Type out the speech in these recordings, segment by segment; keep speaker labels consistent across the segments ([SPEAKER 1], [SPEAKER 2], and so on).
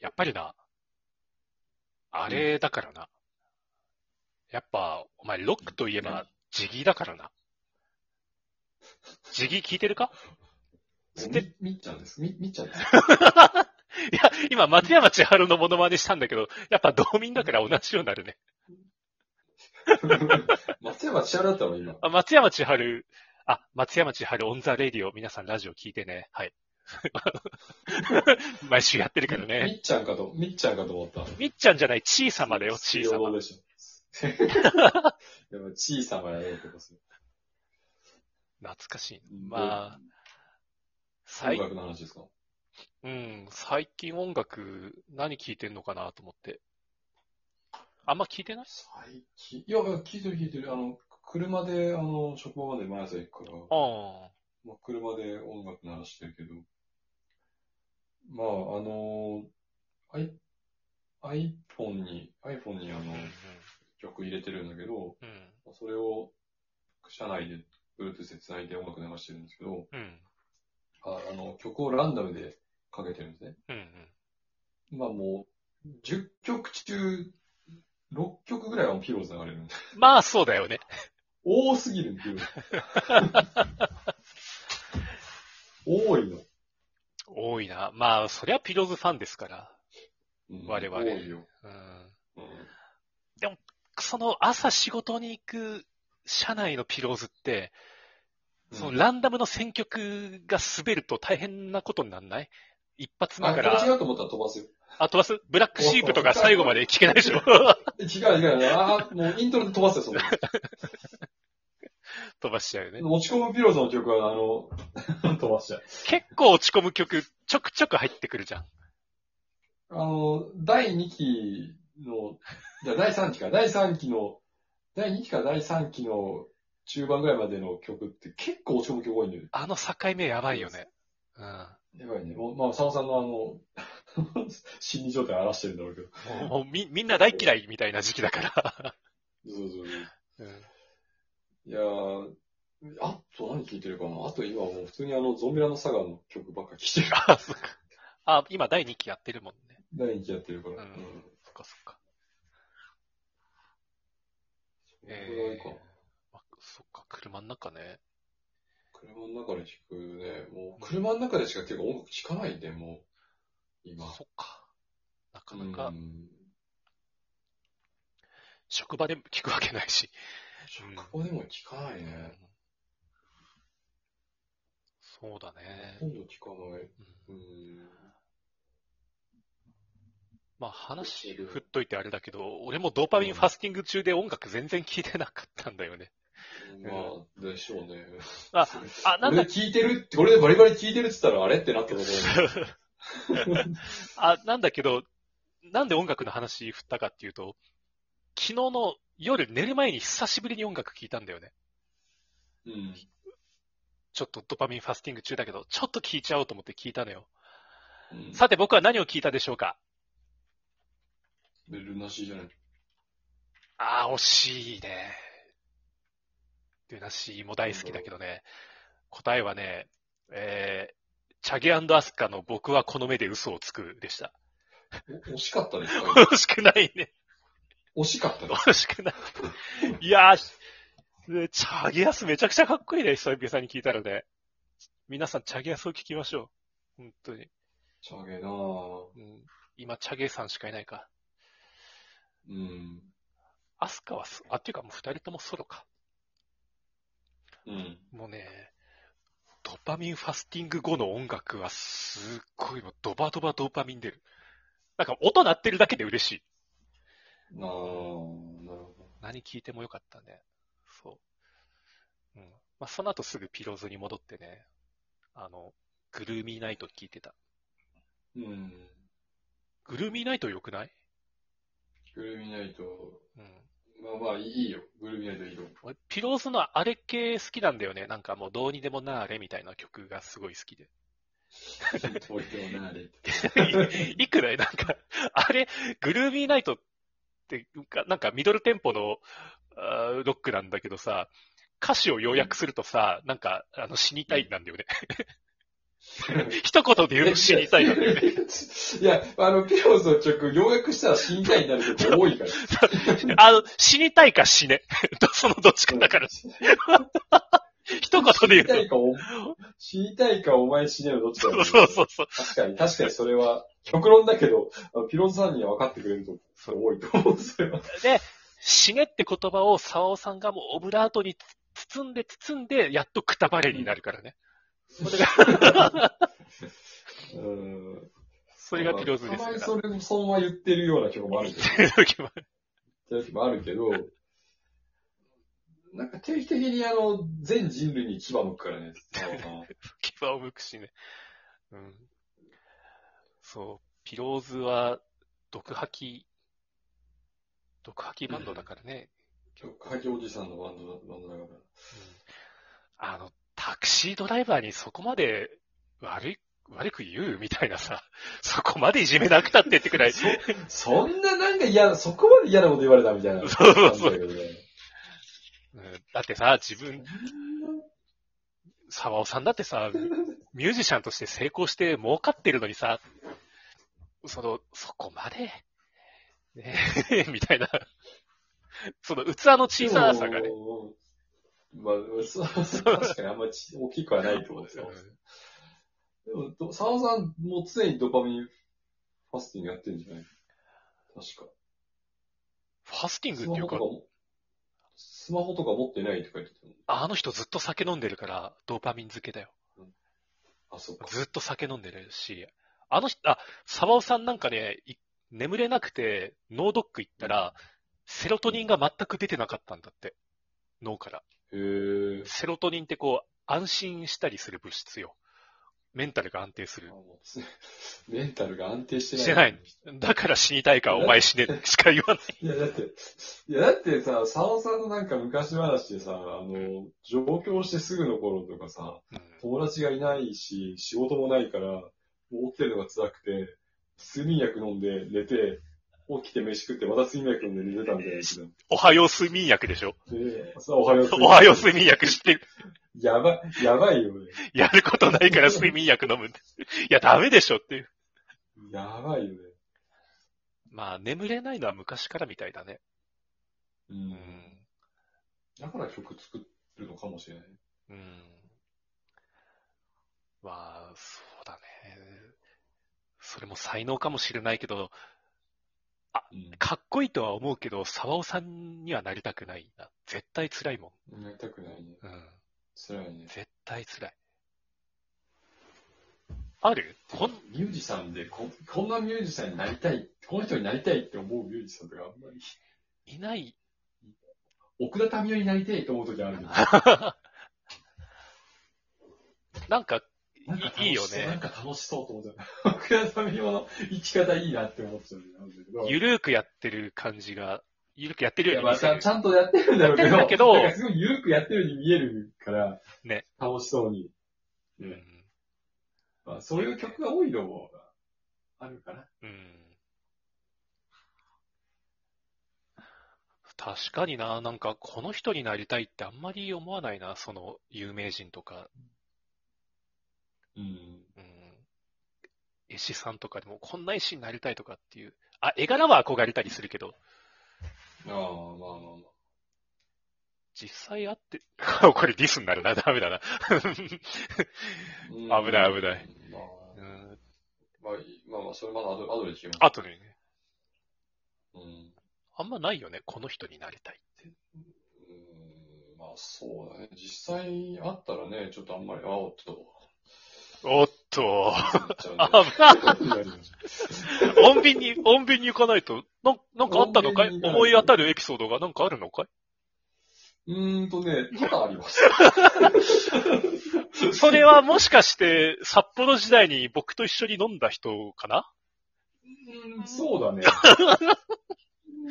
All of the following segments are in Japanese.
[SPEAKER 1] やっぱりな、あれだからな。やっぱ、お前、ロックといえば、ジギーだからな。ジギー聞いてるか
[SPEAKER 2] み
[SPEAKER 1] で
[SPEAKER 2] みっちゃんです。み、みっ ちゃんです。
[SPEAKER 1] いや、今、松山千春のモノマネしたんだけど、やっぱ道民だから同じようになるね。
[SPEAKER 2] 松山千春だったの今。
[SPEAKER 1] あ松山千春、あ、松山千春オンザレディオ、皆さんラジオ聞いてね。はい。 毎週やってるからね。
[SPEAKER 2] みっちゃんかと、みっちゃんかと思った。
[SPEAKER 1] みっちゃんじゃない、ちいさまだよ、ちいさま。
[SPEAKER 2] でしょ。 でも、小さまやろうとする。
[SPEAKER 1] 懐かしい。まあ、
[SPEAKER 2] 音
[SPEAKER 1] 最、
[SPEAKER 2] 楽の話ですか
[SPEAKER 1] うん、最近音楽、何聞いてんのかなと思って。あんま聞いてない
[SPEAKER 2] 最近。いや、いや聞いてる聞いてる。あの、車で、あの、職場まで毎朝行くから。
[SPEAKER 1] あ
[SPEAKER 2] まあ、車で音楽鳴らしてるけど、まあ、あのー、I、iPhone に、iPhone にあの
[SPEAKER 1] あ、うん、うん、
[SPEAKER 2] 曲入れてるんだけど、
[SPEAKER 1] うん、
[SPEAKER 2] まあそれを車内で Bluetooth で繋いで音楽流してるんですけど、
[SPEAKER 1] うん、
[SPEAKER 2] ああの、曲をランダムでかけてるんですね。
[SPEAKER 1] うん、
[SPEAKER 2] まあもう、10曲中、6曲ぐらいはもうピローズ流れるんで。
[SPEAKER 1] うん。まあ、そうだよね。
[SPEAKER 2] 多すぎるピローズ。多いの。
[SPEAKER 1] 多いな。まあ、そりゃピローズファンですから。
[SPEAKER 2] うん
[SPEAKER 1] 我々
[SPEAKER 2] 多いよ。
[SPEAKER 1] うん。
[SPEAKER 2] うん
[SPEAKER 1] その朝仕事に行く社内のピローズって、そ
[SPEAKER 2] うん
[SPEAKER 1] のランダムの選曲が滑ると大変なことになんない一発
[SPEAKER 2] あ、
[SPEAKER 1] 目か
[SPEAKER 2] これ
[SPEAKER 1] ら、
[SPEAKER 2] 違うと思ったら飛ばすよ。
[SPEAKER 1] あ、飛ばすブラックシープとか最後まで聞けないでしょ
[SPEAKER 2] 違う違う。ああ、もうイントロで飛ばすよ、そんな。
[SPEAKER 1] 飛ばしちゃうよね。
[SPEAKER 2] 持ち込むピローズの曲は、あの、 飛ばしちゃう。
[SPEAKER 1] 結構落ち込む曲、ちょくちょく入ってくるじゃん。
[SPEAKER 2] あの、第2期の、じゃあ第3期か、第3期の、第2期か第3期の中盤ぐらいまでの曲って結構落ち込む曲多いんだよね。
[SPEAKER 1] あの境目やばいよね。うん。
[SPEAKER 2] やばいね。もうまあ、佐野さんのあの、 心理状態荒らしてるんだろうけど。
[SPEAKER 1] もうもうみ、みんな大嫌いみたいな時期だから。
[SPEAKER 2] そうそうそう。
[SPEAKER 1] うん
[SPEAKER 2] いやー、あと何聴いてるかなあと今もう普通にあの、ゾンビラのサガの曲ばっか聴 いてる。
[SPEAKER 1] あ、そっか。あ、今第2期やってるもんね。
[SPEAKER 2] 第2期やってるから。
[SPEAKER 1] うん
[SPEAKER 2] うん
[SPEAKER 1] そっかそっか。
[SPEAKER 2] これはいいか。
[SPEAKER 1] あそっか、車の中ね。
[SPEAKER 2] 車の中で弾くね。もう、車の中でしか結構音楽聴かないで、もう、今。
[SPEAKER 1] そっか。なかなか
[SPEAKER 2] う、ん。
[SPEAKER 1] 職場でも聞くわけないし。
[SPEAKER 2] 職場でも聴かないね。
[SPEAKER 1] そうだね
[SPEAKER 2] ほ。とんど聴かない。
[SPEAKER 1] うん
[SPEAKER 2] うん。
[SPEAKER 1] まあ話振っといてあれだけど、俺もドーパミンファスティング中で音楽全然聞いてなかったんだよね。
[SPEAKER 2] まあ、でしょうね。
[SPEAKER 1] あ、 あ、なん
[SPEAKER 2] 俺
[SPEAKER 1] だ、
[SPEAKER 2] 聴いてるって、俺でバリバリ聴いてるって言ったら、あれってなったと思う。
[SPEAKER 1] あ、なんだけど、なんで音楽の話振ったかっていうと、昨日の夜寝る前に久しぶりに音楽聞いたんだよね。
[SPEAKER 2] うん。
[SPEAKER 1] ちょっとドーパミンファスティング中だけど、ちょっと聞いちゃおうと思って聞いたのよ。
[SPEAKER 2] うん
[SPEAKER 1] さて僕は何を聞いたでしょうか
[SPEAKER 2] ベルナシーじゃない。
[SPEAKER 1] ああ、惜しいね。ルナシーも大好きだけどね。答えはね、えー、チャゲアスカの僕はこの目で嘘をつくでした。
[SPEAKER 2] お惜しかったですか
[SPEAKER 1] 惜しくないね。
[SPEAKER 2] 惜しかったです。
[SPEAKER 1] 惜しくない。いやー、ねチャゲアスめちゃくちゃかっこいいね。久々に聞いたらね。皆さん、チャゲアスを聞きましょう。本当に。
[SPEAKER 2] ちゃげなぁ。
[SPEAKER 1] うん、今、チャゲさんしかいないか。
[SPEAKER 2] うん。
[SPEAKER 1] アスカはそ、あ、っていうかもう二人ともソロか。
[SPEAKER 2] うん。
[SPEAKER 1] もうね、ドパミンファスティング後の音楽はすっごいもうドバドバドーパミン出る。なんか音鳴ってるだけで嬉しい。
[SPEAKER 2] なあなるほど。
[SPEAKER 1] 何聞いてもよかったね。そう。うん。まあ、その後すぐピローズに戻ってね、あの、グルーミーナイト聞いてた。
[SPEAKER 2] うん。
[SPEAKER 1] グルーミーナイト良くない
[SPEAKER 2] グルーミナイト、
[SPEAKER 1] うん。
[SPEAKER 2] まあまあいいよ。グルーミナイトいい よ。
[SPEAKER 1] 俺、ピローズのあれ系好きなんだよね。なんかもうどうにでもなあれみたいな曲がすごい好きで。
[SPEAKER 2] 遠いで もなあれって。
[SPEAKER 1] いいくらいなんか、あれ、グルービーナイトって、なんかミドルテンポのあーロックなんだけどさ、歌詞を要約するとさ、なんか、あの、死にたいなんだよね。 一言で言うと死にたいので、ね。
[SPEAKER 2] いや、あの、ピローズの曲、洋楽したら死にたいになる曲多いから。
[SPEAKER 1] あの、死にたいか死ね。 そのどっち かだから。一言で
[SPEAKER 2] 死にた
[SPEAKER 1] 言う
[SPEAKER 2] いかお、死にたいかお前死ねよ、どっちかだ
[SPEAKER 1] と。
[SPEAKER 2] よ
[SPEAKER 1] そうそうそう。
[SPEAKER 2] 確かに、確かにそれは、極論だけど、あのピローズさんには分かってくれると、それ多いと思うんですよ。
[SPEAKER 1] で、死ねって言葉を沢尾さんがもうオブラートに包んで包んで、やっとくたばれになるからね。そ れが、
[SPEAKER 2] うん。
[SPEAKER 1] それがピローズです
[SPEAKER 2] た
[SPEAKER 1] か
[SPEAKER 2] ま
[SPEAKER 1] ら
[SPEAKER 2] に。それ、そのまま言ってるような曲もあるけど。
[SPEAKER 1] 言ってる 時も
[SPEAKER 2] って時もあるけど、なんか定期的にあの、全人類に牙向くからね。
[SPEAKER 1] 牙をむくしね。うん。そう、ピローズは、毒吐き、毒吐きバンドだからね。
[SPEAKER 2] 曲書きおじさんのバンドだバンドだか
[SPEAKER 1] あの、タクシードライバーにそこまで悪い、悪く言うみたいなさ、 そこまでいじめなくたってってくらい、
[SPEAKER 2] ら。 そんななんか嫌な、そこまで嫌なこと言われたみたいな。
[SPEAKER 1] そうそうそう
[SPEAKER 2] なんだけどね
[SPEAKER 1] うんだってさ、自分、沢尾さんだってさ、ミュージシャンとして成功して儲かってるのにさ、その、そこまで、ね え、みたいな、その器の小ささがね、
[SPEAKER 2] でもまあ、そう確かにあんまり大きくはないと思うんですよ。でもど、沢尾さんも常にドパミンファスティングやってるんじゃない確か。
[SPEAKER 1] ファスティング
[SPEAKER 2] ス
[SPEAKER 1] っ
[SPEAKER 2] マ
[SPEAKER 1] ていう
[SPEAKER 2] ホと
[SPEAKER 1] か
[SPEAKER 2] か、も、スマホとか持ってないとか言ってたもん
[SPEAKER 1] あの人ずっと酒飲んでるから、ドーパミン漬けだよ。
[SPEAKER 2] あ、そうか。
[SPEAKER 1] ずっと酒飲んでるし、あの人、あ、沢尾さんなんかね、い眠れなくて、脳ドック行ったら、セロトニンが全く出てなかったんだって。脳から。
[SPEAKER 2] へえ。
[SPEAKER 1] セロトニンってこう、安心したりする物質よ。メンタルが安定す
[SPEAKER 2] あ
[SPEAKER 1] る。
[SPEAKER 2] もうつメンタルが安定してない。
[SPEAKER 1] してないだから死にたいか、お前死ね、しか言わない。
[SPEAKER 2] いや、だって、いや、だってさ、沢尾さんのなんか昔話でさ、あの、上京してすぐの頃とかさ、
[SPEAKER 1] うん
[SPEAKER 2] 友達がいないし、仕事もないから、もう起きてるのが辛くて、睡眠薬飲んで寝て、起きて飯食って、また睡眠薬飲んで寝てたんだよ。
[SPEAKER 1] おはよう睡眠薬でしょ
[SPEAKER 2] で、さ、おはよう
[SPEAKER 1] おはよう睡眠薬知ってる。
[SPEAKER 2] やばい、やばいよね。
[SPEAKER 1] やることないから睡眠薬飲むんで。いや、ダメでしょっていう。
[SPEAKER 2] やばいよね。
[SPEAKER 1] まあ、眠れないのは昔からみたいだね。
[SPEAKER 2] う。
[SPEAKER 1] うんん。
[SPEAKER 2] だから曲作るのかもしれない。
[SPEAKER 1] うん。まあ、そうだね。それも才能かもしれないけど、
[SPEAKER 2] うん。
[SPEAKER 1] かっこいいとは思うけど、沢尾さんにはなりたくないな。絶対辛いも
[SPEAKER 2] やりたくないね。
[SPEAKER 1] ん。うん。
[SPEAKER 2] 辛いね。
[SPEAKER 1] 絶対辛い。あるほん、
[SPEAKER 2] ミュージシャンでこ、こんなミュージシャンになりたい、この人になりたいって思うミュージシャンとかあんまり、
[SPEAKER 1] いない。
[SPEAKER 2] 奥田民生になりたいと思う時あるけど。
[SPEAKER 1] なんか、
[SPEAKER 2] なんか楽しそう
[SPEAKER 1] いいよね
[SPEAKER 2] なんか楽しそうと思っちゃう。奥田民生の生き方いいなって思っちゃうんだけど。
[SPEAKER 1] ゆるーくやってる感じが、ゆるくやってる
[SPEAKER 2] い
[SPEAKER 1] ように
[SPEAKER 2] や、まあ、
[SPEAKER 1] 見
[SPEAKER 2] ち
[SPEAKER 1] せ
[SPEAKER 2] ゃ
[SPEAKER 1] る
[SPEAKER 2] んち。ゃんとやってるんだろうけ
[SPEAKER 1] やっ
[SPEAKER 2] ど、
[SPEAKER 1] てるんだけど
[SPEAKER 2] なんかすごいゆるくやってるように見えるから、
[SPEAKER 1] ね。
[SPEAKER 2] 楽しそうに。
[SPEAKER 1] う
[SPEAKER 2] ね。
[SPEAKER 1] ん
[SPEAKER 2] まあ、そういう曲が多いのも、あるかな。
[SPEAKER 1] うん確かにな、なんかこの人になりたいってあんまり思わないな、その有名人とか、
[SPEAKER 2] うん。
[SPEAKER 1] うん、絵師さんとかでもこんな絵師になりたいとかっていう、あ、絵柄は憧れたりするけど、
[SPEAKER 2] ああ、まあまあまあ。
[SPEAKER 1] 実際あって、 これディスになるな、ダメだな。
[SPEAKER 2] うん
[SPEAKER 1] 危ない危ない。
[SPEAKER 2] ま
[SPEAKER 1] う
[SPEAKER 2] あ、
[SPEAKER 1] ん、
[SPEAKER 2] まあ、まあまあ、それまだ後後で聞きます。
[SPEAKER 1] あとね、
[SPEAKER 2] うん。
[SPEAKER 1] あんまないよね、この人になりたいって。
[SPEAKER 2] うーんまあそうだね。実際あったらね、ちょっとあんまり、あおっと。
[SPEAKER 1] おっと、
[SPEAKER 2] なっちゃうね
[SPEAKER 1] あ、まあ、
[SPEAKER 2] なりました
[SPEAKER 1] 穏便に、穏便に行かないと、なんなんかあったのかい
[SPEAKER 2] 穏便に行かない
[SPEAKER 1] 思い当たるエピソードがなんかあるのかいう
[SPEAKER 2] ーんとね、多々ありました。
[SPEAKER 1] それはもしかして、札幌時代に僕と一緒に飲んだ人かな
[SPEAKER 2] うーん、そうだね。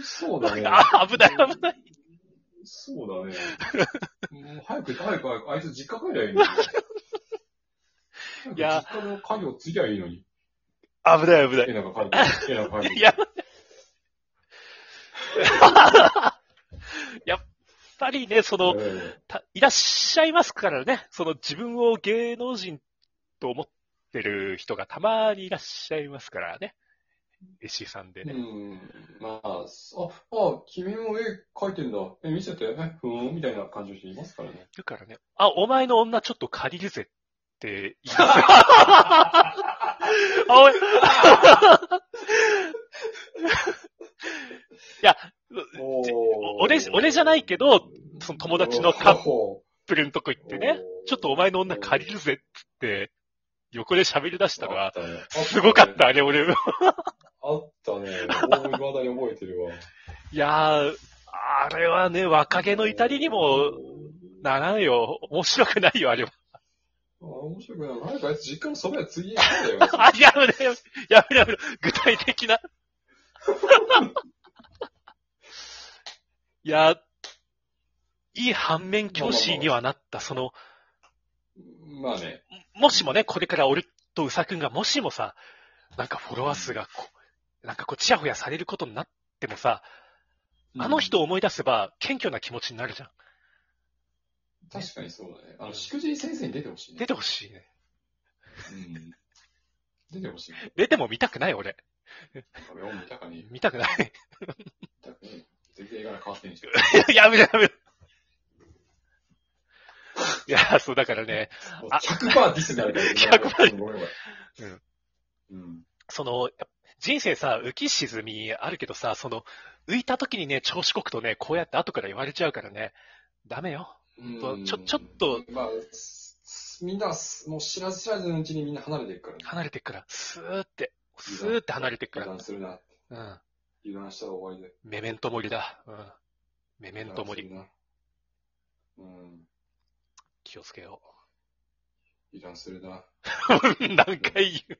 [SPEAKER 2] そうだね。
[SPEAKER 1] あ、危ない危ない。
[SPEAKER 2] そうだね。もう早く、早く、早く、あいつ実家帰りゃいいのに。
[SPEAKER 1] いや
[SPEAKER 2] 実家の家業継ぎゃいいのに。
[SPEAKER 1] 危ない危な
[SPEAKER 2] え、。なんか帰って、え、なんか帰って。
[SPEAKER 1] い や、やっぱりね、その、
[SPEAKER 2] え
[SPEAKER 1] たいらっしゃいますからね、その自分を芸能人と思っしてる人がたまにいらっしゃいますからね。絵師さんで
[SPEAKER 2] う
[SPEAKER 1] ね。
[SPEAKER 2] ん。まあ、あ、あ、君も絵描いてんだ。え、見せて。え、ふーん、みたいな感じの人いますからね。
[SPEAKER 1] だからね、あ、お前の女ちょっと借りるぜって言い ます。あおいいや、お俺じ俺じゃないけど、その友達のカッ
[SPEAKER 2] プ
[SPEAKER 1] プルのとこ行ってね、ちょっとお前の女借りるぜっつって、横で喋り出したら、すごかっ。た、あれ俺。
[SPEAKER 2] あったね。あったね。まだに覚えてるわ。
[SPEAKER 1] いやー、あれはね、若気の至りにもならんよ。面白くないよ、あれは。
[SPEAKER 2] あー面白くない。なんかあいつ実家のそばやつぎやんだよ。
[SPEAKER 1] あ、やめろ、やめろ、やめろ。具体的な。 いや、いい反面教師にはなった。その、
[SPEAKER 2] まあね。
[SPEAKER 1] もしもね、これから俺とうさくんが、もしもさ、なんかフォロワー数がこう、なんかこう、ちやほやされることになってもさ、あの人を思い出せば、謙虚な気持ちになるじゃん。
[SPEAKER 2] 確かにそうだね。あの、しくじり先生に出てほしいね。
[SPEAKER 1] 出てほしいね。
[SPEAKER 2] うん出てほしいね。
[SPEAKER 1] 出ても見たくない、俺。
[SPEAKER 2] 俺も見たかに、
[SPEAKER 1] 見たくない。
[SPEAKER 2] 見たくに。全然映画が変わってんじゃん。
[SPEAKER 1] やめろやめろ。 いや、そうだからね、
[SPEAKER 2] もう
[SPEAKER 1] あ
[SPEAKER 2] 100%ディスになるから。
[SPEAKER 1] 100%
[SPEAKER 2] ごめんごめん。うん。
[SPEAKER 1] その、人生さ、浮き沈みあるけどさ、その、浮いた時にね、調子こくとね、こうやって後から言われちゃうからね、ダメよ。
[SPEAKER 2] うん
[SPEAKER 1] ちょちょっと。
[SPEAKER 2] まあ、すみんな、すもう知らず知らずのうちにみんな離れていくからね。
[SPEAKER 1] 離れてくから、スーって、スーって離れてくか
[SPEAKER 2] 油断するな。
[SPEAKER 1] ら。うん。
[SPEAKER 2] 油断したら終わりで。
[SPEAKER 1] メメントモリだ。うん。メメントモリ。
[SPEAKER 2] 油断するな。うん。
[SPEAKER 1] 気をつけよ
[SPEAKER 2] 油断する な。
[SPEAKER 1] う。何回言う。